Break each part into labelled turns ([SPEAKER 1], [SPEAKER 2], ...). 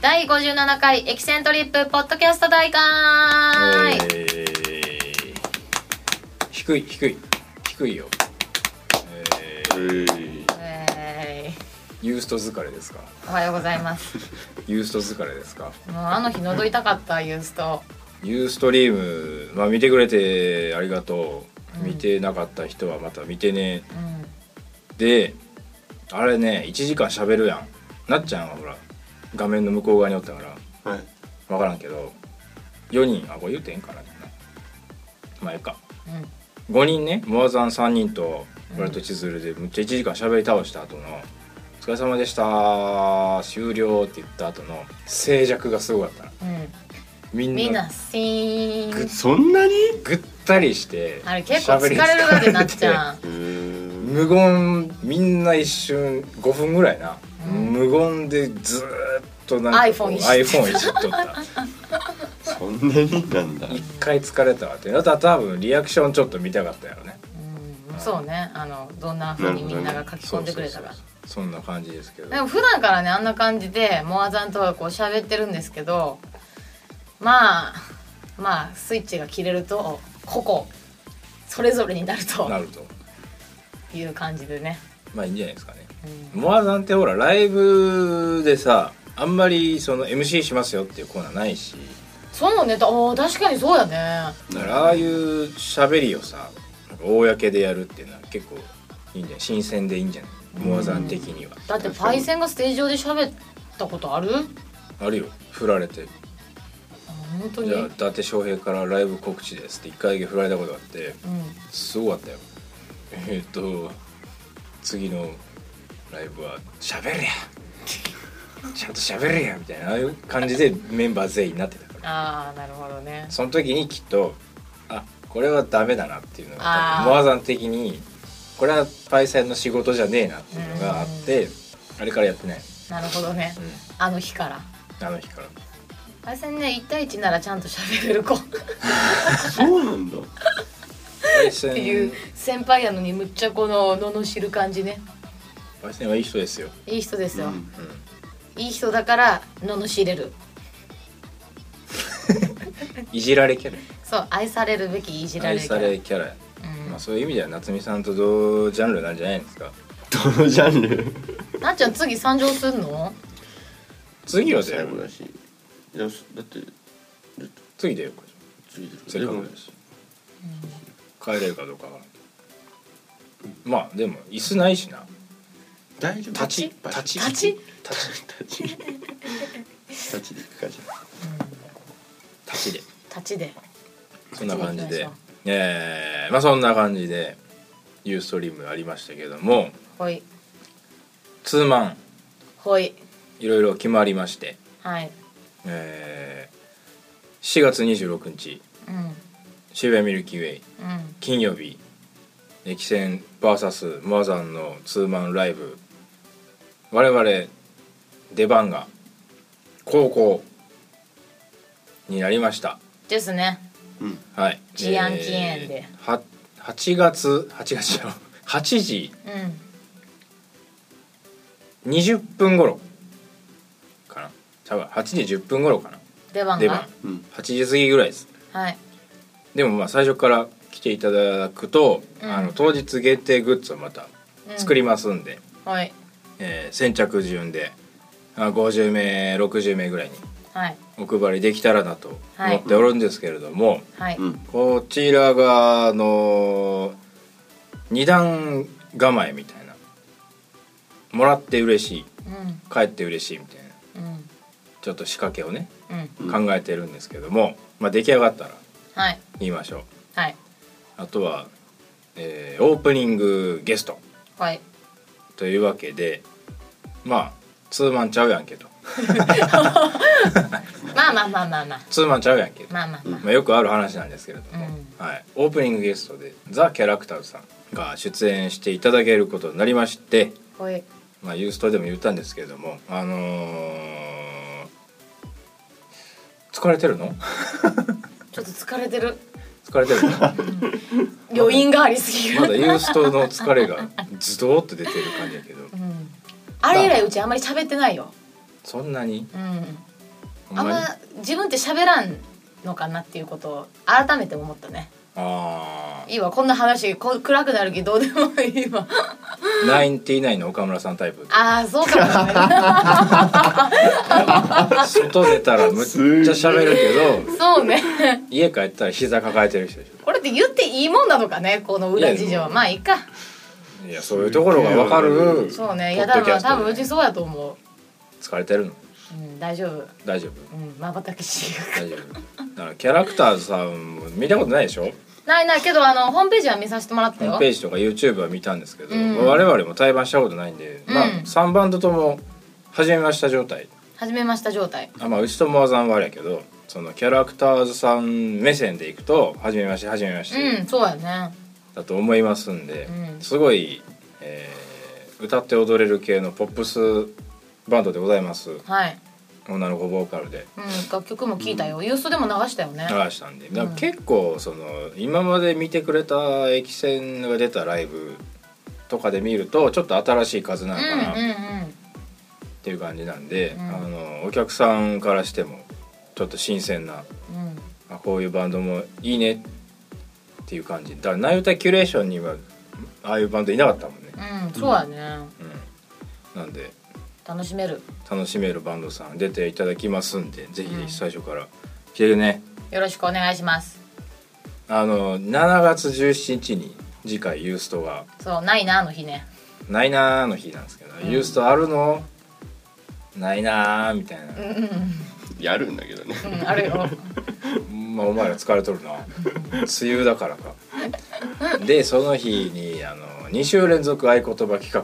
[SPEAKER 1] 第57回エキセントリップポッドキャスト大会、
[SPEAKER 2] えー低い低い低いよ、えー
[SPEAKER 1] え
[SPEAKER 2] ユースト疲れですか
[SPEAKER 1] ーおはようございます
[SPEAKER 2] ユースト疲れですか
[SPEAKER 1] もうあの日喉痛かったユースト
[SPEAKER 2] ユーストリームまあ見てくれてありがとう、
[SPEAKER 1] うん
[SPEAKER 2] 見てなかった人はまた見てね
[SPEAKER 1] うん
[SPEAKER 2] であれね1時間喋るやんなっちゃんはほら画面の向こう側におったから
[SPEAKER 3] はい。
[SPEAKER 2] 分からんけど4人あこれ言うてええんかなまあええか
[SPEAKER 1] うん
[SPEAKER 2] 5人ねモアザン3人と俺と千鶴でむっちゃ1時間喋り倒した後の「お疲れ様でした終了」って言った後の静寂がすごかったな
[SPEAKER 1] う
[SPEAKER 2] みん
[SPEAKER 1] ん
[SPEAKER 2] な
[SPEAKER 1] みんなシーン
[SPEAKER 3] そんなに？
[SPEAKER 2] ぐったりして
[SPEAKER 1] あれ結構疲れるわけなっちゃん
[SPEAKER 3] うーん。
[SPEAKER 2] 無言みんな一瞬5分ぐらいな、
[SPEAKER 1] うん
[SPEAKER 2] 無言でずーっとなんかこう
[SPEAKER 1] iPhone い
[SPEAKER 2] iPhone いじっとった
[SPEAKER 3] そんなになんだ。
[SPEAKER 2] 一回疲れたわってだから多分リアクションちょっと見たかったやろね
[SPEAKER 1] うんそうねあのどんな風にみんなが書き込んでくれたか
[SPEAKER 2] そうそうそうそんな感じですけど
[SPEAKER 1] でも普段からねあんな感じでモアザンとはこう喋ってるんですけどまあまあスイッチが切れると個々それぞれになると
[SPEAKER 2] なると
[SPEAKER 1] いう感じでね、
[SPEAKER 2] まあいいんじゃないですかね
[SPEAKER 1] うん
[SPEAKER 2] モアさんってほらライブでさあんまりその MC しますよっていうコーナーないし
[SPEAKER 1] そのネタああ確かにそうやね
[SPEAKER 2] だからああいう喋りをさなんか公でやるっていうのは結構いいんじゃない新鮮でいいんじゃないモアさん的には
[SPEAKER 1] だってパイセンがステージ上で喋ったことある
[SPEAKER 2] あるよ振られて
[SPEAKER 1] あ本当に
[SPEAKER 2] じゃあ
[SPEAKER 1] う
[SPEAKER 2] 伊達翔平からライブ告知ですって一回だけ振られたことがあって
[SPEAKER 1] ん
[SPEAKER 2] すごかったよえーっと次のライブは喋るやちゃんと喋るやみたいなああいう感じでメンバー全員になってたから
[SPEAKER 1] ああなるほどね
[SPEAKER 2] その時にきっとあこれはダメだなっていうのが
[SPEAKER 1] あー
[SPEAKER 2] モアザン的にこれはパイセンの仕事じゃねえなっていうのがあってあれからやってない、
[SPEAKER 1] なるほどね
[SPEAKER 2] う
[SPEAKER 1] あの日から
[SPEAKER 2] ん、あの日から
[SPEAKER 1] パイセンね1対1ならちゃんと喋れる子
[SPEAKER 3] そうなんだ。
[SPEAKER 2] パイ
[SPEAKER 1] って
[SPEAKER 2] セ
[SPEAKER 1] い
[SPEAKER 2] ン
[SPEAKER 1] う先輩やのにむっちゃこの罵る感じね
[SPEAKER 2] パイセンはいい人ですよ、
[SPEAKER 1] いい人ですよ、
[SPEAKER 3] うん
[SPEAKER 2] うん
[SPEAKER 1] いい人だから罵れる
[SPEAKER 2] いじられキャラ
[SPEAKER 1] そう愛されるべきいじられ
[SPEAKER 2] 愛
[SPEAKER 1] る
[SPEAKER 2] されキャラ、
[SPEAKER 1] うん
[SPEAKER 2] まあ、そういう意味では夏美さんと同ジャンルなんじゃないですか
[SPEAKER 3] どのジャンル？
[SPEAKER 1] なっちゃん次参上すんの
[SPEAKER 2] 次はだ
[SPEAKER 3] 最
[SPEAKER 2] よ
[SPEAKER 3] 後だし。いやそだって
[SPEAKER 2] 次だよ
[SPEAKER 3] ついてる。
[SPEAKER 2] せっかくだし帰れるかどうかはまあでも椅子ないしな
[SPEAKER 3] 大丈夫。
[SPEAKER 2] 立ち立
[SPEAKER 3] 立
[SPEAKER 2] ち
[SPEAKER 3] ち
[SPEAKER 1] 立ち
[SPEAKER 2] 立ち
[SPEAKER 3] 立ち。立ちで行くかじゃあ。
[SPEAKER 2] 立ちで
[SPEAKER 1] 立ちで
[SPEAKER 2] そんな感じ
[SPEAKER 1] 立ちで
[SPEAKER 2] で
[SPEAKER 1] 行きましょう、
[SPEAKER 2] えーまあそんな感じでユーストリームありましたけども、
[SPEAKER 1] ほい
[SPEAKER 2] ツーマン
[SPEAKER 1] ほい
[SPEAKER 2] いろいろ決まりまして、
[SPEAKER 1] はい
[SPEAKER 2] えー4月26日
[SPEAKER 1] うんうん
[SPEAKER 2] 渋谷ミルキーウェイ金曜日駅戦 VS モアザンのツーマンライブ我々出番が高校になりました
[SPEAKER 1] ですね
[SPEAKER 3] うん。
[SPEAKER 2] はい
[SPEAKER 1] 治安記念で
[SPEAKER 2] えーは8月8月じゃない8時
[SPEAKER 1] うん
[SPEAKER 2] 20分頃かな多分8時10分頃か
[SPEAKER 1] 出
[SPEAKER 2] な
[SPEAKER 1] 番
[SPEAKER 2] 出
[SPEAKER 1] が
[SPEAKER 2] 番
[SPEAKER 3] うん。
[SPEAKER 2] 8時過ぎぐらいです
[SPEAKER 1] はい
[SPEAKER 2] でもまあ最初から来ていただくと、
[SPEAKER 1] うん
[SPEAKER 2] あの当日限定グッズをまた作り
[SPEAKER 1] ま
[SPEAKER 2] ますんで、
[SPEAKER 1] すはい
[SPEAKER 2] えー先着順であ50名60名ぐらいに
[SPEAKER 1] はい
[SPEAKER 2] お配りできたらなと思っておるんですけれども、
[SPEAKER 1] はい、
[SPEAKER 3] うん。
[SPEAKER 2] こちらがあの二段構えみたいなもらって嬉しい
[SPEAKER 1] うん
[SPEAKER 2] 帰って嬉しいみたいな
[SPEAKER 1] うん
[SPEAKER 2] ちょっと仕掛けをね
[SPEAKER 1] うん
[SPEAKER 3] うん
[SPEAKER 2] 考えてるんですけども、まあ、出来上がったら
[SPEAKER 1] はい
[SPEAKER 2] 言いましょう
[SPEAKER 1] はい
[SPEAKER 2] あとは、えーオープニングゲスト
[SPEAKER 1] はい
[SPEAKER 2] というわけでまあツーマンちゃうやんけと
[SPEAKER 1] まあまあまあまあまあ
[SPEAKER 2] ツーマンちゃうやんけと、
[SPEAKER 1] まあまあまあ
[SPEAKER 2] まあ、よくある話なんですけれども、
[SPEAKER 1] う
[SPEAKER 2] はい、オープニングゲストでザ・キャラクターズさんが出演していただけることになりまして、
[SPEAKER 1] ほい
[SPEAKER 2] まあ、ユーストでも言ったんですけれどもあのー疲れてるの
[SPEAKER 1] ちょっと疲れてる
[SPEAKER 2] 疲れてる の
[SPEAKER 1] 余韻がありすぎる、
[SPEAKER 2] まだユーストの疲れがズドーっと出てる感じやけど
[SPEAKER 1] うん、あれ以来うちあんまり喋ってないよ
[SPEAKER 2] そんなに
[SPEAKER 1] うん
[SPEAKER 2] ほ
[SPEAKER 1] あん
[SPEAKER 2] まに
[SPEAKER 1] ま自分って喋らんのかなっていうことを改めて思ったね
[SPEAKER 2] あ
[SPEAKER 1] いいわこんな話こ暗くなる気どうでもい いわ
[SPEAKER 2] あナインティナインの岡村さんタイプ
[SPEAKER 1] ああそうかもね
[SPEAKER 2] 外出たらむっちゃ 喋るけど
[SPEAKER 1] そうね。
[SPEAKER 2] 家帰ったら膝抱えてる人でし
[SPEAKER 1] これって言っていいもんなのかね、この裏事
[SPEAKER 2] い
[SPEAKER 1] 情
[SPEAKER 2] や
[SPEAKER 1] は。
[SPEAKER 2] でも
[SPEAKER 1] まあいいか。
[SPEAKER 2] ょいやそういうところが分かる
[SPEAKER 1] そうね。い
[SPEAKER 2] ポ
[SPEAKER 1] や、
[SPEAKER 2] ッ
[SPEAKER 1] だ
[SPEAKER 2] ドキ
[SPEAKER 1] か
[SPEAKER 2] ャ
[SPEAKER 1] ら
[SPEAKER 2] ストで
[SPEAKER 1] 多分うちそうやと思う。
[SPEAKER 2] 疲れてるの
[SPEAKER 1] うん、大丈夫。
[SPEAKER 2] 大丈夫
[SPEAKER 1] うん、まばたきし。
[SPEAKER 2] 大丈夫だからキャラクターさんも見たことないでしょ
[SPEAKER 1] ないないけど、あの、ホームページは見させてもらった
[SPEAKER 2] ホー
[SPEAKER 1] よ
[SPEAKER 2] ム。ページとか YouTube は見たんですけど、
[SPEAKER 1] うん
[SPEAKER 2] 我々も対バンしたことないんで、まあ
[SPEAKER 1] うん
[SPEAKER 2] 3バンドとも始めました状態
[SPEAKER 1] 始めました状態。
[SPEAKER 2] あまあうちとモアさんはあれやけどそのキャラクターズさん目線でいくと「初めまして初めまし
[SPEAKER 1] う
[SPEAKER 2] て
[SPEAKER 1] ん、そうやね。」
[SPEAKER 2] だと思いますんで、
[SPEAKER 1] うん
[SPEAKER 2] すごい、えー歌って踊れる系のポップスバンドでございます
[SPEAKER 1] はい。
[SPEAKER 2] 女の子ボーカルで
[SPEAKER 1] うん、楽曲も聴いたよ。ユーストでも流したよね。
[SPEAKER 2] 流したんで、だから結構その今まで見てくれた駅線が出たライブとかで見るとちょっと新しい数な
[SPEAKER 1] う
[SPEAKER 2] の
[SPEAKER 1] ん
[SPEAKER 2] かなっ
[SPEAKER 1] う
[SPEAKER 2] ていう感じなんで、
[SPEAKER 1] ん
[SPEAKER 2] あのお客さんからしてもちょっと新鮮なん
[SPEAKER 1] うん。うん。
[SPEAKER 2] あこういうバンドもいいねっていう感じだから「ナユタキュレーション」にはああいうバンドいなかったもんね、
[SPEAKER 1] うん、そうやね。
[SPEAKER 2] うん、なんで
[SPEAKER 1] 楽しめる。
[SPEAKER 2] 楽しめるバンドさん出ていただきますんでぜひぜひ最初から来てね、
[SPEAKER 1] よろしくお願いします。
[SPEAKER 2] あの7月17日に次回ユーストが
[SPEAKER 1] そう、ないな、あの日ね。
[SPEAKER 2] 「ないな」の日なんですけど、ユーストあるのないなーみたいな、
[SPEAKER 1] うんうん
[SPEAKER 3] やるんだけどね
[SPEAKER 1] うん、ある よ。
[SPEAKER 2] まあお前ら疲れとるな梅雨だからかでその日にあの2週連続合言葉企画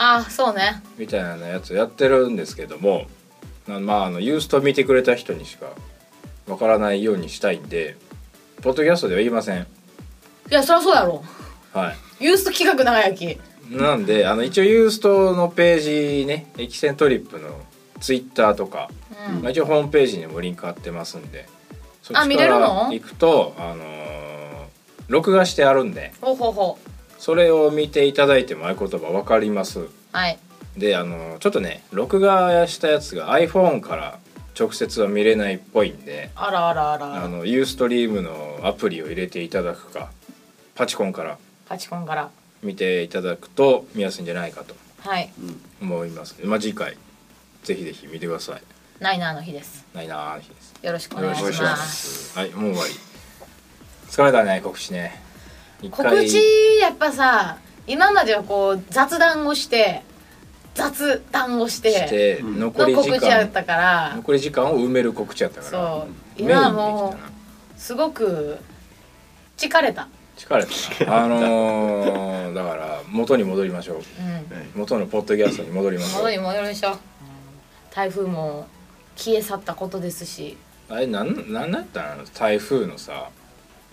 [SPEAKER 1] ああ、そうね。
[SPEAKER 2] みたいなやつやってるんですけどもなまああのユースト見てくれた人にしかわからないようにしたいんでポッドキャストでは言いません
[SPEAKER 1] いや、そりゃそうやろ。
[SPEAKER 2] はい
[SPEAKER 1] ユースト企画長焼き。
[SPEAKER 2] なんであの一応ユーストのページねエキセントリップのツイッターとか、
[SPEAKER 1] うん
[SPEAKER 2] まあ、一応ホームページにもリンク貼ってますんでそっ
[SPEAKER 1] あ見れるの
[SPEAKER 2] 行くとあのー録画してあるんで
[SPEAKER 1] ほうほうほう。
[SPEAKER 2] それを見ていただいても合言葉わかります
[SPEAKER 1] はい。
[SPEAKER 2] であのちょっとね録画したやつが iPhone から直接は見れないっぽいんで
[SPEAKER 1] あらあらあ
[SPEAKER 2] あ
[SPEAKER 1] ら。
[SPEAKER 2] のユーストリームのアプリを入れていただくかパチコンから
[SPEAKER 1] パチコンから。
[SPEAKER 2] 見ていただくと見やすいんじゃないかと
[SPEAKER 1] はい。
[SPEAKER 2] 思いますまあ次回ぜひぜひ見てください
[SPEAKER 1] ないなあの日です。
[SPEAKER 2] ないなー日です
[SPEAKER 1] よろしくお願いし
[SPEAKER 2] よろ
[SPEAKER 1] ます。
[SPEAKER 2] しくお願いしますはいもう終わり疲れたね告知ね一回
[SPEAKER 1] 告知やっぱさ、今まではこう雑談をして、雑談をして、
[SPEAKER 2] して
[SPEAKER 3] うん
[SPEAKER 2] 残
[SPEAKER 1] の
[SPEAKER 2] り時
[SPEAKER 1] 告知やっ
[SPEAKER 2] 間
[SPEAKER 1] たから、
[SPEAKER 2] 残り時間を埋める告知やったから
[SPEAKER 1] そう。
[SPEAKER 2] メインで
[SPEAKER 1] 今は
[SPEAKER 2] き
[SPEAKER 1] も
[SPEAKER 2] たな
[SPEAKER 1] う、すごく、疲れた。
[SPEAKER 2] 疲れたなあのー、だから元に戻りましょう
[SPEAKER 1] うん。
[SPEAKER 2] 元のポッドキャストに戻りましょ
[SPEAKER 1] 戻り
[SPEAKER 2] う
[SPEAKER 1] 戻りましょう。台風も消え去ったことですし、
[SPEAKER 2] あれなんなんだったの台風のさ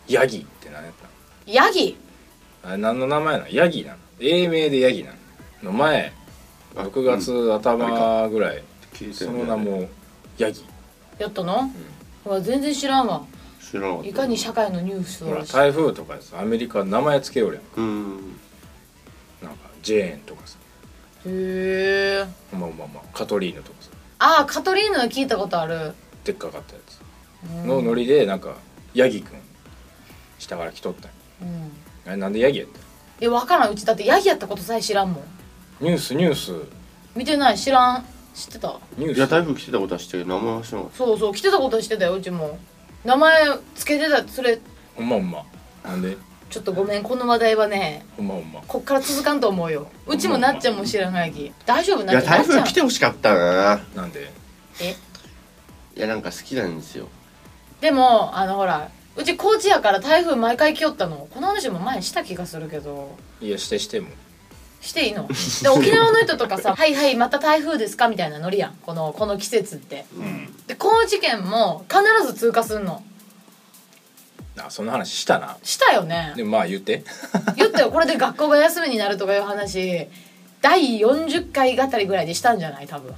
[SPEAKER 2] ヤギって何やっ
[SPEAKER 1] ヤギ
[SPEAKER 2] たのあれ何の名前なのヤギなの英名でヤギなのの前
[SPEAKER 3] あ
[SPEAKER 2] 6月頭ぐらい、
[SPEAKER 3] 聞いて
[SPEAKER 2] そ
[SPEAKER 3] ん
[SPEAKER 2] の
[SPEAKER 3] だよね
[SPEAKER 2] 名もヤギ
[SPEAKER 1] やったの、うわ全然知らんわ。
[SPEAKER 3] 知らなかった
[SPEAKER 1] いかに社会のニュース
[SPEAKER 2] ほ
[SPEAKER 1] を
[SPEAKER 2] ら台風とかさアメリカ名前つけよるや
[SPEAKER 3] うん
[SPEAKER 2] んなんかジェーンとかさ
[SPEAKER 1] へえ
[SPEAKER 2] まあまあまあカトリーヌとかさ
[SPEAKER 1] ああカトリーヌは聞いたことある
[SPEAKER 2] でっかかったやつ
[SPEAKER 1] うん
[SPEAKER 2] のノリでなんかヤギくん下から来とったんよ
[SPEAKER 1] うん
[SPEAKER 2] あれなんでヤギやったの
[SPEAKER 1] え分からんうちだってヤギやったことさえ知らんもん
[SPEAKER 2] ニュースニュース
[SPEAKER 1] 見てない知らん知ってた
[SPEAKER 2] ニュース
[SPEAKER 3] いや台風来てたことは知ってるけど名前は知らなかっ
[SPEAKER 1] そうそう来てたことは知ってたようちも名前つけてたそれ
[SPEAKER 2] ほんまほんまなんで
[SPEAKER 1] ちょっとごめんこの話題はね
[SPEAKER 2] ほんまほんま
[SPEAKER 1] こっから続かんと思うようちもなっちゃんも知らんヤギ大丈夫な
[SPEAKER 3] た
[SPEAKER 1] いっ
[SPEAKER 3] や
[SPEAKER 1] ちゃん
[SPEAKER 3] 台風来て
[SPEAKER 1] なっ
[SPEAKER 3] ほしかったな
[SPEAKER 2] なんで
[SPEAKER 1] ちゃんえ
[SPEAKER 3] いやなんか好きなんですよ
[SPEAKER 1] でもあのほらうち高知やから台風毎回来よったのこの話も前にした気がするけど
[SPEAKER 2] いやしてしても
[SPEAKER 1] していいので沖縄の人とかさ 「はいはいまた台風ですか?」みたいなノリやんこのこの季節って
[SPEAKER 3] うん
[SPEAKER 1] で高知県も必ず通過すんの
[SPEAKER 2] あその話したな
[SPEAKER 1] したよね
[SPEAKER 2] でもまあ言って
[SPEAKER 1] 言ったよこれで学校が休みになるとかいう話第40回あたりぐらいでしたんじゃない多分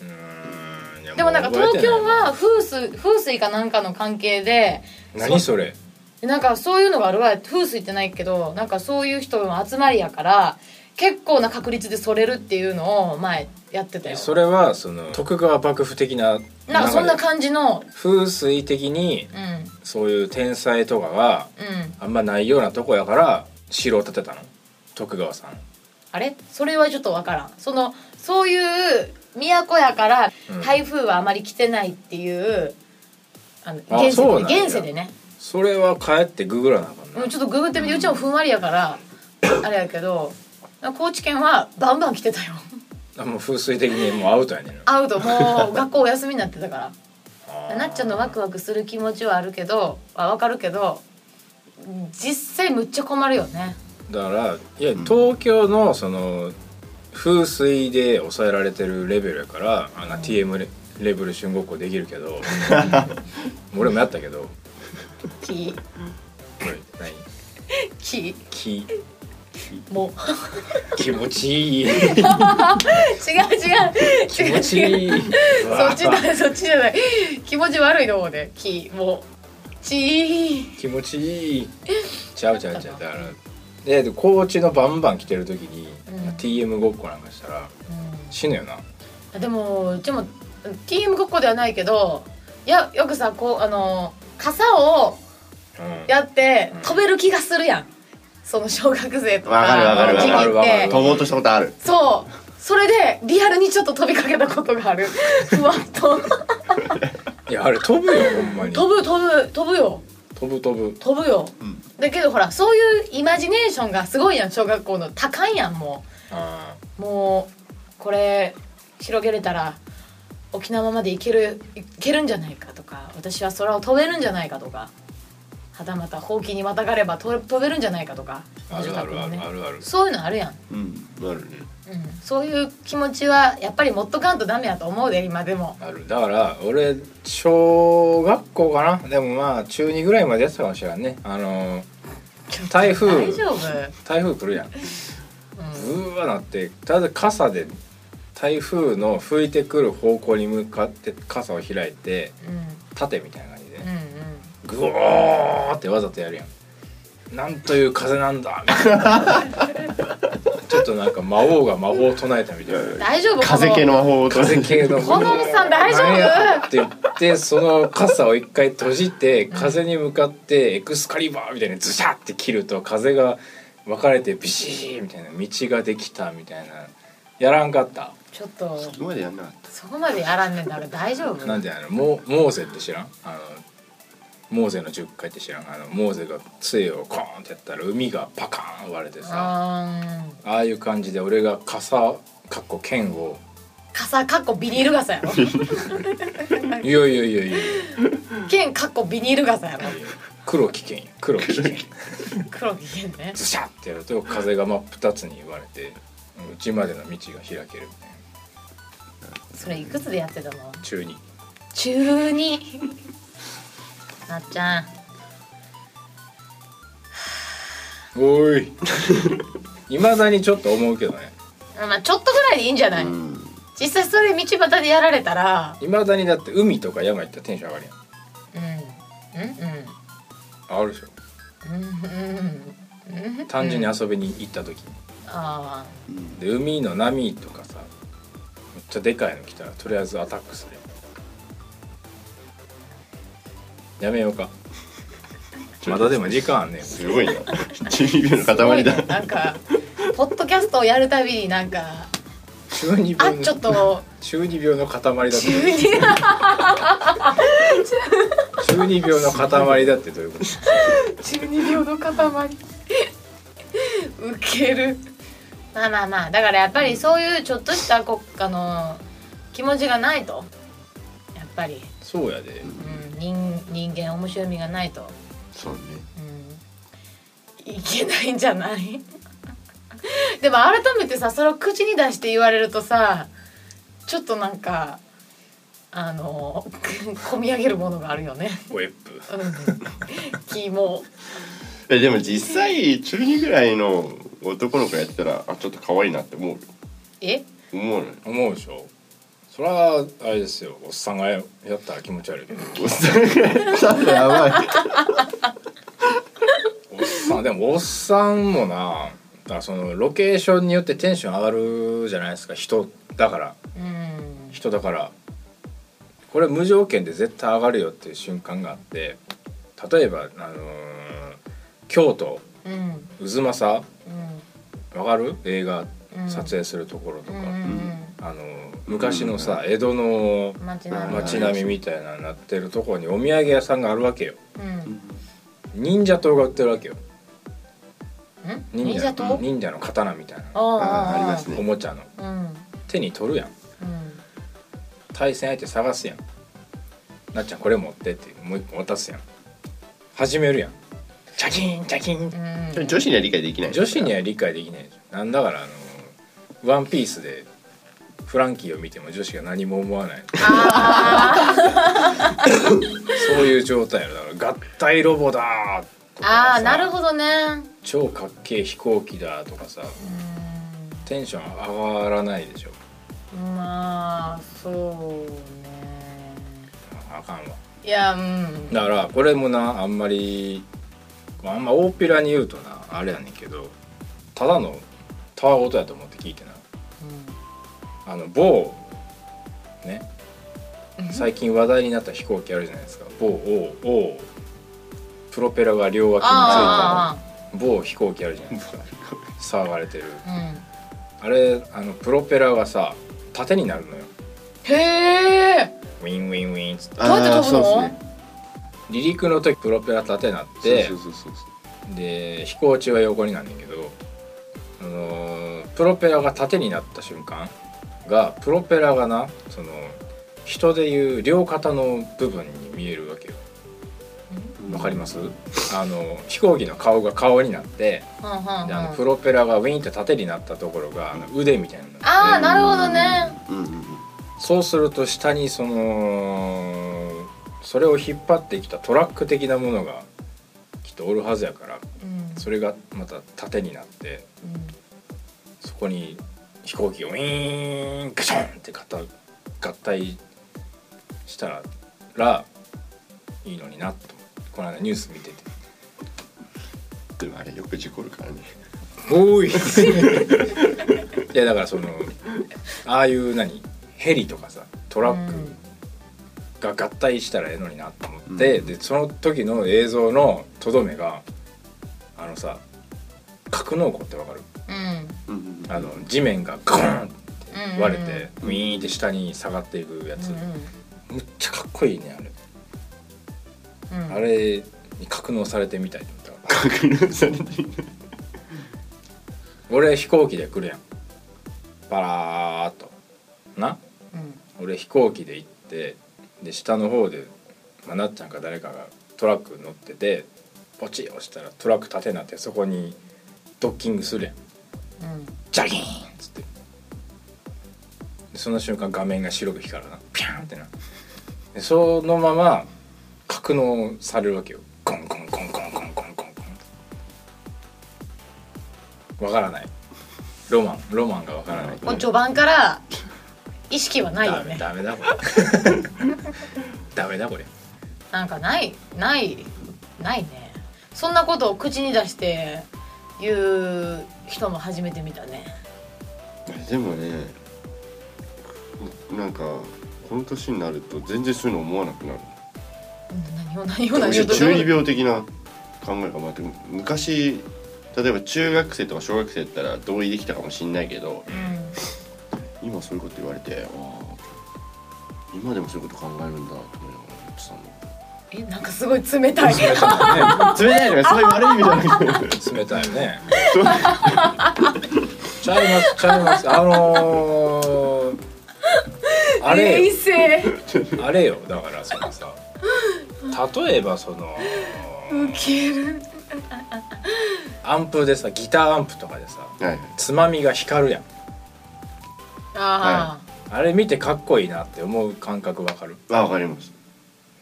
[SPEAKER 2] うーんいや
[SPEAKER 1] でもなんか
[SPEAKER 2] う覚え
[SPEAKER 1] 東
[SPEAKER 2] てい
[SPEAKER 1] 京は風水風水かなんかの関係で
[SPEAKER 2] 何それ
[SPEAKER 1] なんかそういうのがあるわ風水ってないけどなんかそういう人の集まりやから結構な確率でそれるっていうのを前やってたよ
[SPEAKER 2] それはその徳川幕府的な
[SPEAKER 1] なんかそんな
[SPEAKER 2] 流れ
[SPEAKER 1] 感じの
[SPEAKER 2] 風水的に
[SPEAKER 1] うんうん
[SPEAKER 2] そういう天才とかがあんまないようなとこやから城を建てたの徳川さん
[SPEAKER 1] あれそれはちょっとわからんそのそういう都やから
[SPEAKER 2] うん
[SPEAKER 1] 台風はあまり来てないっていう、あの
[SPEAKER 2] あ
[SPEAKER 1] 現世
[SPEAKER 2] そう
[SPEAKER 1] で
[SPEAKER 2] なんや
[SPEAKER 1] 現世でね
[SPEAKER 2] それは帰ってググらなあかんな、
[SPEAKER 1] うんちょっとググってみてうちもふんわりやからあれやけど高知県はバンバン来てたよ
[SPEAKER 2] あもう風水的にもうアウトやねんな
[SPEAKER 1] 会うと もう学校お休みになってたから
[SPEAKER 2] あー
[SPEAKER 1] なっちゃんのワクワクする気持ちはあるけどあわかるけど実際むっちゃ困るよね
[SPEAKER 2] だからいや東京のその風水で抑えられてるレベルやからあんな TM レレベル春ごっこできるけど俺もやったけど
[SPEAKER 1] 木
[SPEAKER 2] これ何
[SPEAKER 1] 木
[SPEAKER 2] 気
[SPEAKER 1] も
[SPEAKER 2] 気持ちい い
[SPEAKER 1] 違う違う
[SPEAKER 2] 気持ち
[SPEAKER 1] 違う違う
[SPEAKER 2] いい
[SPEAKER 1] そっちだ そっちじゃない気持ち悪いの方で木もちー
[SPEAKER 2] 気持ちいいちゃうちゃうちゃうだからでで高知のバンバン来てる時に、
[SPEAKER 1] うん
[SPEAKER 2] TM ごっこなんかしたら死ぬよな
[SPEAKER 1] でもうちも TM ごっこではないけどいやよくさこうあの傘を
[SPEAKER 2] うん
[SPEAKER 1] やって
[SPEAKER 2] うん
[SPEAKER 1] 飛べる気がするやんその小学生とか
[SPEAKER 3] わかるわかるわかる
[SPEAKER 1] の時期
[SPEAKER 2] わかる
[SPEAKER 1] って
[SPEAKER 2] わかる
[SPEAKER 3] 飛ぼうとしたことある
[SPEAKER 1] そうそれでリアルにちょっと飛びかけたことがあ るふわっと
[SPEAKER 2] いやあれ飛ぶよほんまに
[SPEAKER 1] 飛ぶ飛ぶ飛ぶよ
[SPEAKER 2] 飛ぶ飛ぶ
[SPEAKER 1] 飛ぶよ
[SPEAKER 3] うん
[SPEAKER 1] だけどほらそういうイマジネーションがすごいやん小学校の高いやんも
[SPEAKER 2] あ
[SPEAKER 1] うもうこれ広げれたら沖縄まで行ける行けるんじゃないかとか私は空を飛べるんじゃないかとかはたまたほうきにまたがればと飛べるんじゃないかとか
[SPEAKER 2] ーあるあるあ
[SPEAKER 1] ね
[SPEAKER 2] るあるある
[SPEAKER 1] そういうのあるやん
[SPEAKER 3] うんなるね
[SPEAKER 1] うん、そういう気持ちはやっぱり持っとかんとダメやと思うで今でも
[SPEAKER 2] あるだから俺小学校かなでもまあ中2ぐらいまでやってたかもしれんねあのー台風
[SPEAKER 1] 大丈夫、
[SPEAKER 2] 台風来るやん
[SPEAKER 1] うん、
[SPEAKER 2] うわなってただ傘で台風の吹いてくる方向に向かって傘を開いて
[SPEAKER 1] うん
[SPEAKER 2] 縦みたいな感じで
[SPEAKER 1] うんうん
[SPEAKER 2] グオーってわざとやるやんなんという風なんだみたい なちょっとなんか魔王が魔法を唱えたみたいな
[SPEAKER 1] 大丈夫
[SPEAKER 3] 風系の魔法を取
[SPEAKER 2] 風
[SPEAKER 3] る
[SPEAKER 2] 系の
[SPEAKER 1] このおじさん大丈夫
[SPEAKER 2] 何やって言ってその傘を一回閉じて風に向かってエクスカリバーみたいにズシャって切ると風が分かれてビシーみたいな道ができたみたいなやらんかった
[SPEAKER 1] ちょっと
[SPEAKER 3] 今までやんなかった
[SPEAKER 1] そこまでやらんねんだから大丈夫
[SPEAKER 2] なんであのモモーゼって知らんあのモーゼの十回って知らんあのモーゼが杖をコーンってやったら海がパカーン割れてさ
[SPEAKER 1] あー
[SPEAKER 2] ああいう感じで俺が傘かっこ剣を
[SPEAKER 1] 傘かっこビニール傘やろ
[SPEAKER 2] いやいやいやいやいや
[SPEAKER 1] 剣かっこビニール傘やろ
[SPEAKER 2] 黒危険黒危険
[SPEAKER 1] 黒い剣ね
[SPEAKER 2] ズシャってやると風が真っ二つに言われてうちまでの道が開けるみたいな
[SPEAKER 1] それいくつでやってたの
[SPEAKER 2] 中に
[SPEAKER 1] 中二なっちゃん
[SPEAKER 2] 「おい」いまだにちょっと思うけどね
[SPEAKER 1] まあちょっとぐらいでいいんじゃない、
[SPEAKER 3] うん
[SPEAKER 1] 実際それ道端でやられたら
[SPEAKER 2] いまだにだって海とか山行ったらテンション上がるやん
[SPEAKER 1] うんうんうん
[SPEAKER 2] あるでしょ単純に遊びに行った時
[SPEAKER 1] あ
[SPEAKER 3] うん
[SPEAKER 2] で海の波とかさめっちゃでかいの来たらとりあえずアタックするやんやめようか まだでも時間あんねん
[SPEAKER 3] すごいな12秒の
[SPEAKER 1] あ
[SPEAKER 3] 塊だ
[SPEAKER 1] なんかポッドキャストをやるたびになんか
[SPEAKER 2] 中二
[SPEAKER 1] あ
[SPEAKER 2] 病の
[SPEAKER 1] ちょっと
[SPEAKER 2] 中二病の塊だって
[SPEAKER 1] 急に
[SPEAKER 2] 中二病の塊だってどういうこと
[SPEAKER 1] 中二病の塊ウケるまあまあまあだからやっぱりそういうちょっとしたこあの気持ちがないとやっぱり、
[SPEAKER 2] そうやで
[SPEAKER 1] うん、人人間面白みがないと、
[SPEAKER 3] そうね
[SPEAKER 1] うん、いけないんじゃない でも改めてさそれを口に出して言われるとさちょっとなんかあの 込み上げるものがあるよね。
[SPEAKER 2] ウェップ
[SPEAKER 1] うん、キモ
[SPEAKER 3] えでも実際中2ぐらいの男の子やってたらあちょっと可愛いなって思うよ
[SPEAKER 1] え
[SPEAKER 3] 思うね
[SPEAKER 2] 思うでしょそれはあれですよおっさんがやったら気持ち悪いけど
[SPEAKER 3] おっさんがやったらやばい
[SPEAKER 2] おっさんでもおっさんもなからそのロケーションによってテンション上がるじゃないですか人だから
[SPEAKER 1] うん
[SPEAKER 2] 人だからこれ無条件で絶対上がるよっていう瞬間があって例えば、あのー京都
[SPEAKER 1] うん
[SPEAKER 2] 渦政
[SPEAKER 1] うん
[SPEAKER 2] わかる映画
[SPEAKER 1] うん
[SPEAKER 2] 撮影するところと
[SPEAKER 1] う
[SPEAKER 2] か、
[SPEAKER 1] んうん
[SPEAKER 2] あのー昔のさ、江戸の
[SPEAKER 1] うん街並み
[SPEAKER 2] 街並みみたいなのになってるところにお土産屋さんがあるわけよ
[SPEAKER 1] うん
[SPEAKER 2] 忍者刀が売ってるわけよ
[SPEAKER 1] うん忍者
[SPEAKER 2] の
[SPEAKER 1] と
[SPEAKER 2] 忍者の刀みたいな
[SPEAKER 1] あ
[SPEAKER 3] あーありますね
[SPEAKER 2] おもちゃの
[SPEAKER 1] うん
[SPEAKER 2] 手に取るやん
[SPEAKER 1] うん
[SPEAKER 2] 対戦相手探すやんなっちゃんこれ持ってってもう一個渡すやん始めるやんチャキンチャキン
[SPEAKER 1] うん
[SPEAKER 3] 女子には理解できない
[SPEAKER 2] 女子には理解できないじゃんなんだからあのワンピースでフランキーを見ても女子が何も思わないそういう状態のだから合体ロボだーとかさ
[SPEAKER 1] ああなるほどね
[SPEAKER 2] 超かっけえ飛行機だとかさテンション上がらないでしょ
[SPEAKER 1] うんまあそうね
[SPEAKER 2] ああかんわ
[SPEAKER 1] いやうん
[SPEAKER 2] だからこれもなあんまりあんま大っぴらに言うとなあれやねんけどただのたわごとやと思って聞いてなあの某ね
[SPEAKER 1] うん
[SPEAKER 2] 最近話題になった飛行機あるじゃないですか某おおプロペラが両脇についた
[SPEAKER 1] あ
[SPEAKER 2] 某飛行機あるじゃないですか騒がれてる
[SPEAKER 1] あうん
[SPEAKER 2] あれあのプロペラがさ縦になるのよ
[SPEAKER 1] へえ
[SPEAKER 2] ウィンウィンウィンっつって
[SPEAKER 1] どうやって飛ぶの
[SPEAKER 3] あーそうっすね
[SPEAKER 2] 離陸の時プロペラ縦になって
[SPEAKER 3] そうそうそうそう
[SPEAKER 2] で飛行中は横になんねんけど、あのープロペラが縦になった瞬間がプロペラがなその人でいう両肩の部分に見えるわけよわかりますあの飛行機の顔が顔になって
[SPEAKER 1] うんうん
[SPEAKER 2] であの
[SPEAKER 1] う
[SPEAKER 2] プ
[SPEAKER 1] ん
[SPEAKER 2] ロペラがウィーンって縦になったところがあの腕みたいになって
[SPEAKER 1] ああなるほどね
[SPEAKER 3] うんうんうん
[SPEAKER 2] そうすると下にそのそれを引っ張ってきたトラック的なものがきっとおるはずやから
[SPEAKER 1] うん
[SPEAKER 2] それがまた縦になって
[SPEAKER 1] うん
[SPEAKER 2] そこに飛行機がウィーンガションって合体合体したらいいのになとこの間ニュース見てて
[SPEAKER 3] でもあれよく事故るからね
[SPEAKER 2] 「おーい! 」 いやだからそのああいう何ヘリとかさトラックが合体したらええのになと思って、
[SPEAKER 3] うん
[SPEAKER 2] でその時の映像のとどめがあのさ格納庫ってわかる
[SPEAKER 1] うん
[SPEAKER 3] うんうんうん
[SPEAKER 2] あの地面がガーンって
[SPEAKER 1] うん
[SPEAKER 2] 割れてウィーンって下に下がっていくやつ、
[SPEAKER 1] うん
[SPEAKER 2] むっちゃかっこいいねあれ、
[SPEAKER 1] うんうん
[SPEAKER 2] あれに格納されてみたいと思った
[SPEAKER 3] 確認されていない
[SPEAKER 2] 俺飛行機で来るやんパラーっとな
[SPEAKER 1] うん
[SPEAKER 2] 俺飛行機で行ってで下の方で、まあ、なっちゃんか誰かがトラック乗っててポチッ押したらトラック縦になってそこにドッキングするやん
[SPEAKER 1] うん
[SPEAKER 2] ジャギーンっつってでその瞬間画面が白く光るなピャーンってなでそのまま格納されるわけよコンコンコンコンコンコンコンコンわからないロマンロマンがわからない
[SPEAKER 1] もう序盤から意識はないよ
[SPEAKER 2] ダメ
[SPEAKER 1] ね
[SPEAKER 2] ダ メだこれダメだこれ
[SPEAKER 1] なんかないないないねそんなことを口に出して言う人も初めて見たね
[SPEAKER 3] でもねなんかこの年になると全然そういうの思わなくなる
[SPEAKER 1] うん何を何を何をど
[SPEAKER 3] む
[SPEAKER 1] う
[SPEAKER 3] しろ中
[SPEAKER 1] い
[SPEAKER 3] 二
[SPEAKER 1] うこ
[SPEAKER 3] 病的な考えがまって昔例えば中学生とか小学生だったら同意できたかもしんないけど
[SPEAKER 1] とうん
[SPEAKER 3] 今そういうこと言われてあー今でもそういうこと考えるんだと思いながら言ってたの
[SPEAKER 1] えなんかすごい冷たい
[SPEAKER 2] 冷 たいね
[SPEAKER 3] 冷たいのがそういう悪い意味じゃなくて
[SPEAKER 2] 冷たいね ちゃいますちゃいますあのー、あれ
[SPEAKER 1] 冷静
[SPEAKER 2] あれよだからそのさ例えばその
[SPEAKER 1] ウケる
[SPEAKER 2] アンプでさギターアンプとかでさ
[SPEAKER 3] はいはい
[SPEAKER 2] つまみが光るやん
[SPEAKER 1] あ
[SPEAKER 2] あれ見てかっこいいなって思う感覚わかる
[SPEAKER 3] あわかります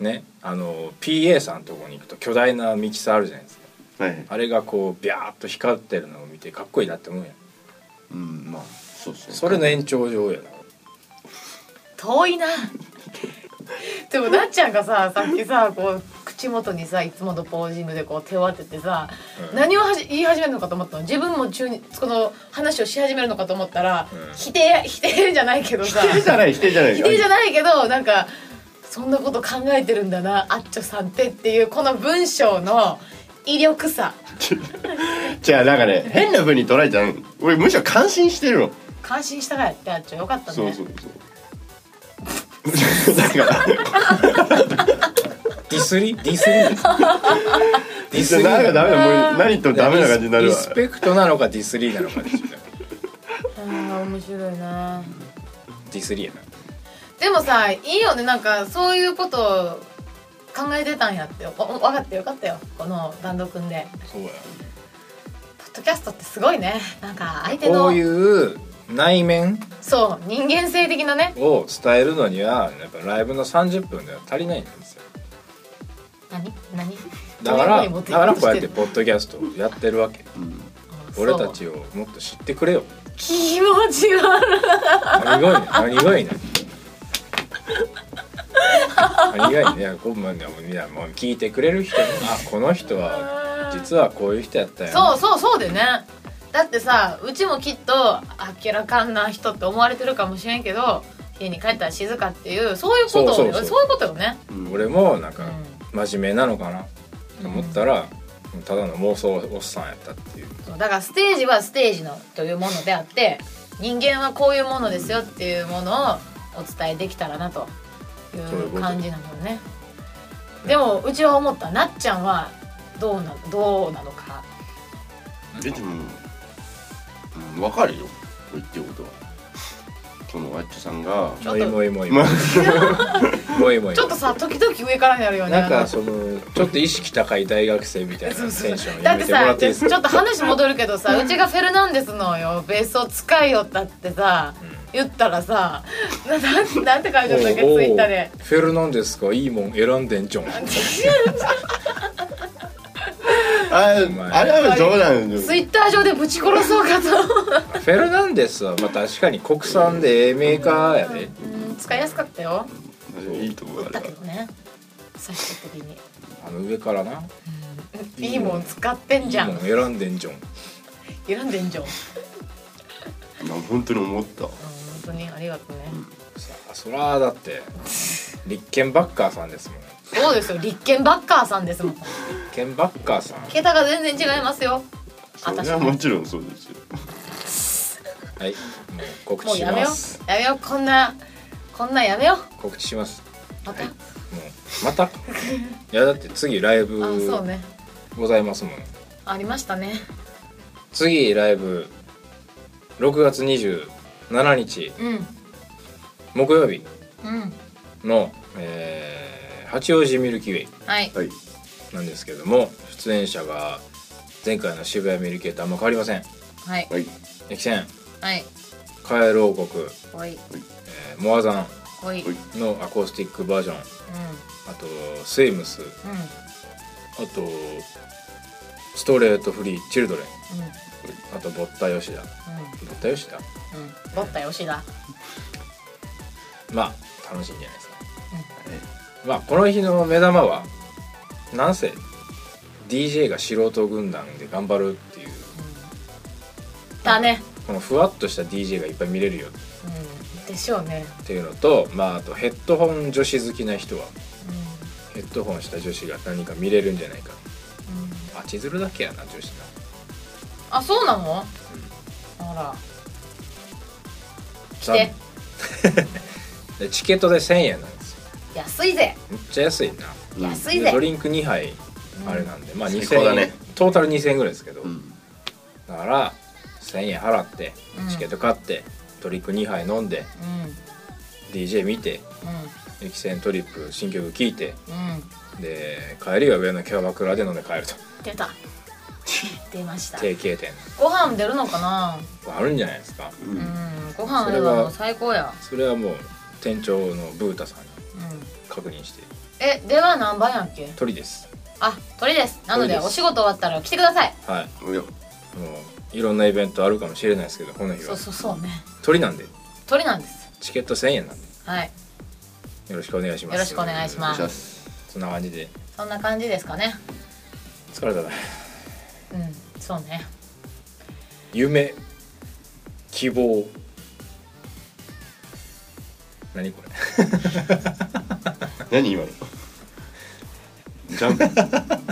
[SPEAKER 2] ねあの PA さんとこに行くと巨大なミキサーあるじゃないですか
[SPEAKER 3] はいはい
[SPEAKER 2] あれがこうビャーっと光ってるのを見てかっこいいなって思うやん
[SPEAKER 3] うんまあそうですね
[SPEAKER 2] それの延長上やな
[SPEAKER 1] あ 遠いなでもなっちゃんがささっきさこう口口元にさいつものポージングでこう手を当ててさ、
[SPEAKER 2] うん
[SPEAKER 1] 何をはじ言い始めるのかと思ったの自分も中にこの話をし始めるのかと思ったら、
[SPEAKER 2] うん
[SPEAKER 1] 否定 否定じゃないけどさ
[SPEAKER 3] 否定じゃない否定じゃない
[SPEAKER 1] 否定じゃないけどなんかそんなこと考えてるんだなアッチョさんってっていうこの文章の威力さ
[SPEAKER 3] じゃあなんかね変な風に捉えちゃうの俺むしろ感心してるの
[SPEAKER 1] 感心したからやってアッチョよかったね
[SPEAKER 3] そうそうそう だから
[SPEAKER 2] ディスリディスリデ ィスリ
[SPEAKER 3] なんかダメだもう何とダメな感じになる
[SPEAKER 2] リ
[SPEAKER 3] わ
[SPEAKER 2] スペクトなのかディスリなのかでしょ
[SPEAKER 1] あー面白いな
[SPEAKER 2] ディスリやな
[SPEAKER 1] でもさいいよねなんかそういうことを考えてたんやっておお分かったよかったよこのバンド組んで
[SPEAKER 2] そうや
[SPEAKER 1] ポッドキャストってすごいねなんか相手の
[SPEAKER 2] こういう内面
[SPEAKER 1] そう人間性的なね
[SPEAKER 2] を伝えるのにはやっぱライブの30分では足りないんですよ
[SPEAKER 1] 何何
[SPEAKER 2] だ
[SPEAKER 1] どう
[SPEAKER 2] から
[SPEAKER 1] いうふうに持
[SPEAKER 2] だ
[SPEAKER 1] ってい
[SPEAKER 2] からこうやって
[SPEAKER 1] こ
[SPEAKER 2] ポッドキャストをやってるわけ
[SPEAKER 3] うん
[SPEAKER 1] う
[SPEAKER 2] 俺
[SPEAKER 1] と
[SPEAKER 2] た
[SPEAKER 1] してる
[SPEAKER 2] ちをもっと知ってくれよ
[SPEAKER 1] そう気持ち悪い
[SPEAKER 2] 何がいいね何がいいね何がいいねいやこうまあいやもういやもう聞いてくれる人もあこの人は実はこういう人やったよ
[SPEAKER 1] そうそうそうだよねだってさうちもきっとあっけらかんな人って思われてるかもしれんけど家に帰ったら静かっていうそういうことを
[SPEAKER 2] そうそうそう
[SPEAKER 1] そういうことよね
[SPEAKER 3] うん
[SPEAKER 2] 俺もなんか真面目なのかなと思ったら、ただの妄想おっさんやったっていう
[SPEAKER 1] そうだからステージはステージのというものであって人間はこういうものですよっていうものをお伝えできたらなとい
[SPEAKER 2] そういう
[SPEAKER 1] う
[SPEAKER 2] こと
[SPEAKER 1] 感じなのねでもうちは思ったなっちゃんはどうなどうなのか
[SPEAKER 3] えでも、うん、分かるよ言ってることはそ のあっちさんが
[SPEAKER 1] ちょっ
[SPEAKER 2] も
[SPEAKER 1] と
[SPEAKER 2] いもいもいも
[SPEAKER 3] ま
[SPEAKER 2] い
[SPEAKER 3] あ
[SPEAKER 2] もいもい
[SPEAKER 1] ちょっとさ時々上からになるよね
[SPEAKER 2] なんかそのちょっと意識高い大学生みたいなテ
[SPEAKER 1] そう
[SPEAKER 2] ンシ
[SPEAKER 1] そう
[SPEAKER 2] ョン
[SPEAKER 1] だ
[SPEAKER 2] や
[SPEAKER 1] って
[SPEAKER 2] めてもら
[SPEAKER 1] さ
[SPEAKER 2] って
[SPEAKER 1] ち
[SPEAKER 2] い
[SPEAKER 1] ょ
[SPEAKER 2] いですか
[SPEAKER 1] っと話戻るけどさ うちがフェルナンデスのよベースを使いよったってさ、言ったらさな なんなんて書いてあったっけ
[SPEAKER 2] おうおう
[SPEAKER 1] ツイッターで。
[SPEAKER 2] フェルナンデスがいいもん選んでんじゃん
[SPEAKER 3] あ
[SPEAKER 2] お前
[SPEAKER 3] あれは冗談です
[SPEAKER 1] ツ
[SPEAKER 3] よ
[SPEAKER 1] イッター上でぶち殺そうかと、
[SPEAKER 2] フェルナンデスはまあ確かに国産でええメーカーやで
[SPEAKER 1] うん、使いやすかったよ
[SPEAKER 3] いいと思うあれ
[SPEAKER 1] だ
[SPEAKER 3] は
[SPEAKER 1] けどね最終的に
[SPEAKER 2] あの上からない
[SPEAKER 1] いもん使ってん
[SPEAKER 2] い
[SPEAKER 1] じ
[SPEAKER 2] い
[SPEAKER 1] ゃ
[SPEAKER 2] もん
[SPEAKER 1] ん
[SPEAKER 2] 選んでんじゃん
[SPEAKER 1] 選んでんじゃん、うん、
[SPEAKER 3] まあ本当に思った
[SPEAKER 1] 本当にありがとうね
[SPEAKER 2] さあそらだって立憲バッカーさんですもん
[SPEAKER 1] そうですよ立憲バッカーさんですもん
[SPEAKER 2] 立憲バッカーさん
[SPEAKER 1] 桁が全然違いますよ
[SPEAKER 3] そ
[SPEAKER 1] 私
[SPEAKER 3] れはもちろんそうですよ
[SPEAKER 2] はいもう告知
[SPEAKER 1] もう
[SPEAKER 2] し
[SPEAKER 1] やめ
[SPEAKER 2] ま
[SPEAKER 1] よ
[SPEAKER 2] す
[SPEAKER 1] うやめようこんなこんなんやめよう
[SPEAKER 2] 告知します
[SPEAKER 1] また、
[SPEAKER 2] もうまたいやだって次ライブ
[SPEAKER 1] あそうね
[SPEAKER 2] ございますもん
[SPEAKER 1] ありましたね
[SPEAKER 2] 次ライブ6月27日
[SPEAKER 1] うんうん
[SPEAKER 2] 木曜日の、えー八王子ミルキーウェイ
[SPEAKER 1] はい
[SPEAKER 3] はい
[SPEAKER 2] なんですけども出演者が前回の渋谷ミルキーウェイとあんま変わりません
[SPEAKER 1] はい
[SPEAKER 3] はい
[SPEAKER 2] 駅船
[SPEAKER 1] はい
[SPEAKER 2] カエル王国、
[SPEAKER 1] おい
[SPEAKER 2] えーモアザ
[SPEAKER 1] おい
[SPEAKER 3] おい
[SPEAKER 2] ンのアコースティックバージョンあとスイム
[SPEAKER 1] う
[SPEAKER 2] ス
[SPEAKER 1] んうん
[SPEAKER 2] あとストレートフリーチルドレン
[SPEAKER 1] うん
[SPEAKER 2] あとボッタヨシダボッタヨシダ
[SPEAKER 1] うんうんボッタヨシダ
[SPEAKER 2] まあ楽しいんじゃないですか、まあこの日の目玉はなんせ DJ が素人軍団で頑張るっていう
[SPEAKER 1] だね
[SPEAKER 2] このふわっとした DJ がいっぱい見れるよ
[SPEAKER 1] うんでしょうね
[SPEAKER 2] っていうのとまああとヘッドホン女子好きな人はヘッドホンした女子が何か見れるんじゃないか
[SPEAKER 1] うん、うん、
[SPEAKER 2] あ千鶴だけやな女子な
[SPEAKER 1] あそうなのあら来
[SPEAKER 2] 残
[SPEAKER 1] て
[SPEAKER 2] 念 でチケットで1000円なんですよ
[SPEAKER 1] 安いぜ
[SPEAKER 2] めっちゃ安いな
[SPEAKER 3] うん
[SPEAKER 1] 安い
[SPEAKER 2] で
[SPEAKER 1] ぜ
[SPEAKER 2] ドリンク2杯あれなんで、まあ
[SPEAKER 3] 最
[SPEAKER 2] 2000
[SPEAKER 3] 高
[SPEAKER 2] 円
[SPEAKER 3] だね
[SPEAKER 2] トータル2000円ぐらいですけど、
[SPEAKER 3] うん
[SPEAKER 2] だから1000円払って
[SPEAKER 1] うん
[SPEAKER 2] チケット買って、ドリンク2杯飲んで
[SPEAKER 1] うん
[SPEAKER 2] DJ 見て
[SPEAKER 1] う
[SPEAKER 2] 駅線トリップ新曲聴いて
[SPEAKER 1] んうん
[SPEAKER 2] で帰りは上のキャバクラで飲んで帰ると
[SPEAKER 1] 出た出ました
[SPEAKER 2] 定型点
[SPEAKER 1] ご飯出るのかな
[SPEAKER 2] あるんじゃないですか
[SPEAKER 3] う
[SPEAKER 1] うんんご飯
[SPEAKER 2] それは
[SPEAKER 1] はもう最高や
[SPEAKER 2] それはもう店長のブータさんに
[SPEAKER 1] うん
[SPEAKER 2] 確認して
[SPEAKER 1] え電話何番やんけ
[SPEAKER 2] 鳥です
[SPEAKER 1] あ鳥ですなの
[SPEAKER 2] 鳥
[SPEAKER 1] で
[SPEAKER 2] です
[SPEAKER 1] お仕事終わったら来てください
[SPEAKER 2] はい
[SPEAKER 3] おや
[SPEAKER 2] もういろんなイベントあるかもしれないですけどこの日
[SPEAKER 1] そう
[SPEAKER 2] は
[SPEAKER 1] そうそうね
[SPEAKER 2] 鳥なんで
[SPEAKER 1] 鳥なんです
[SPEAKER 2] チケット1000円なんで
[SPEAKER 1] はい
[SPEAKER 2] よろしくお願いします
[SPEAKER 1] よろしくお願いし
[SPEAKER 3] お願
[SPEAKER 1] ま
[SPEAKER 3] いし
[SPEAKER 1] す
[SPEAKER 3] ます
[SPEAKER 2] そんな感じで
[SPEAKER 1] そんな感じですかね
[SPEAKER 2] 疲れた
[SPEAKER 1] う
[SPEAKER 2] な
[SPEAKER 1] んそうね
[SPEAKER 2] 夢希望 何これ
[SPEAKER 3] 何今の ジャンプ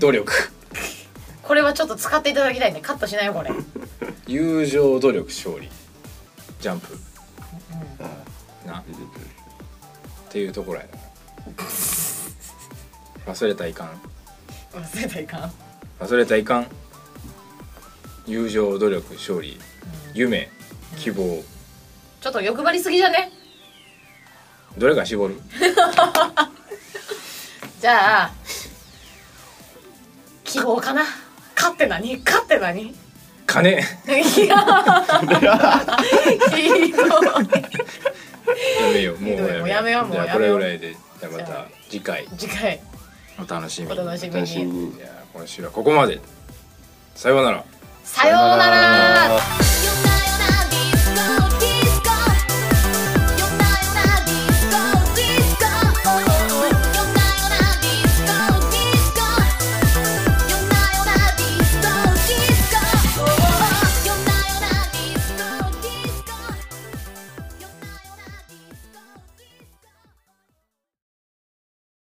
[SPEAKER 2] 努力
[SPEAKER 1] これはちょっと使っていただきたいんでカットしないよこれ、うん、
[SPEAKER 2] 友情努力勝利ジャンプ
[SPEAKER 3] あ
[SPEAKER 2] なっ
[SPEAKER 3] 出てくる
[SPEAKER 2] ていうところやな忘れたらいかん
[SPEAKER 1] 忘れたらいかん、うん
[SPEAKER 2] 忘れたらいかん友情努力勝利夢希望
[SPEAKER 1] ちょっと欲張りすぎじゃね
[SPEAKER 2] どれが絞る
[SPEAKER 1] じゃあ希望かなかって何かって何
[SPEAKER 2] 金
[SPEAKER 1] いや ひどい
[SPEAKER 2] やめようもう
[SPEAKER 1] ひどいもうやめようもう
[SPEAKER 2] じゃあ
[SPEAKER 1] や
[SPEAKER 2] こ
[SPEAKER 1] め
[SPEAKER 2] れ
[SPEAKER 1] よう
[SPEAKER 2] ぐらいでじゃあまた次回
[SPEAKER 1] 次回
[SPEAKER 2] お楽しみ
[SPEAKER 1] お
[SPEAKER 2] に
[SPEAKER 1] 楽しみ
[SPEAKER 3] 楽しみ
[SPEAKER 1] に
[SPEAKER 3] に
[SPEAKER 2] いや今週はここまでさようなら
[SPEAKER 1] さようなら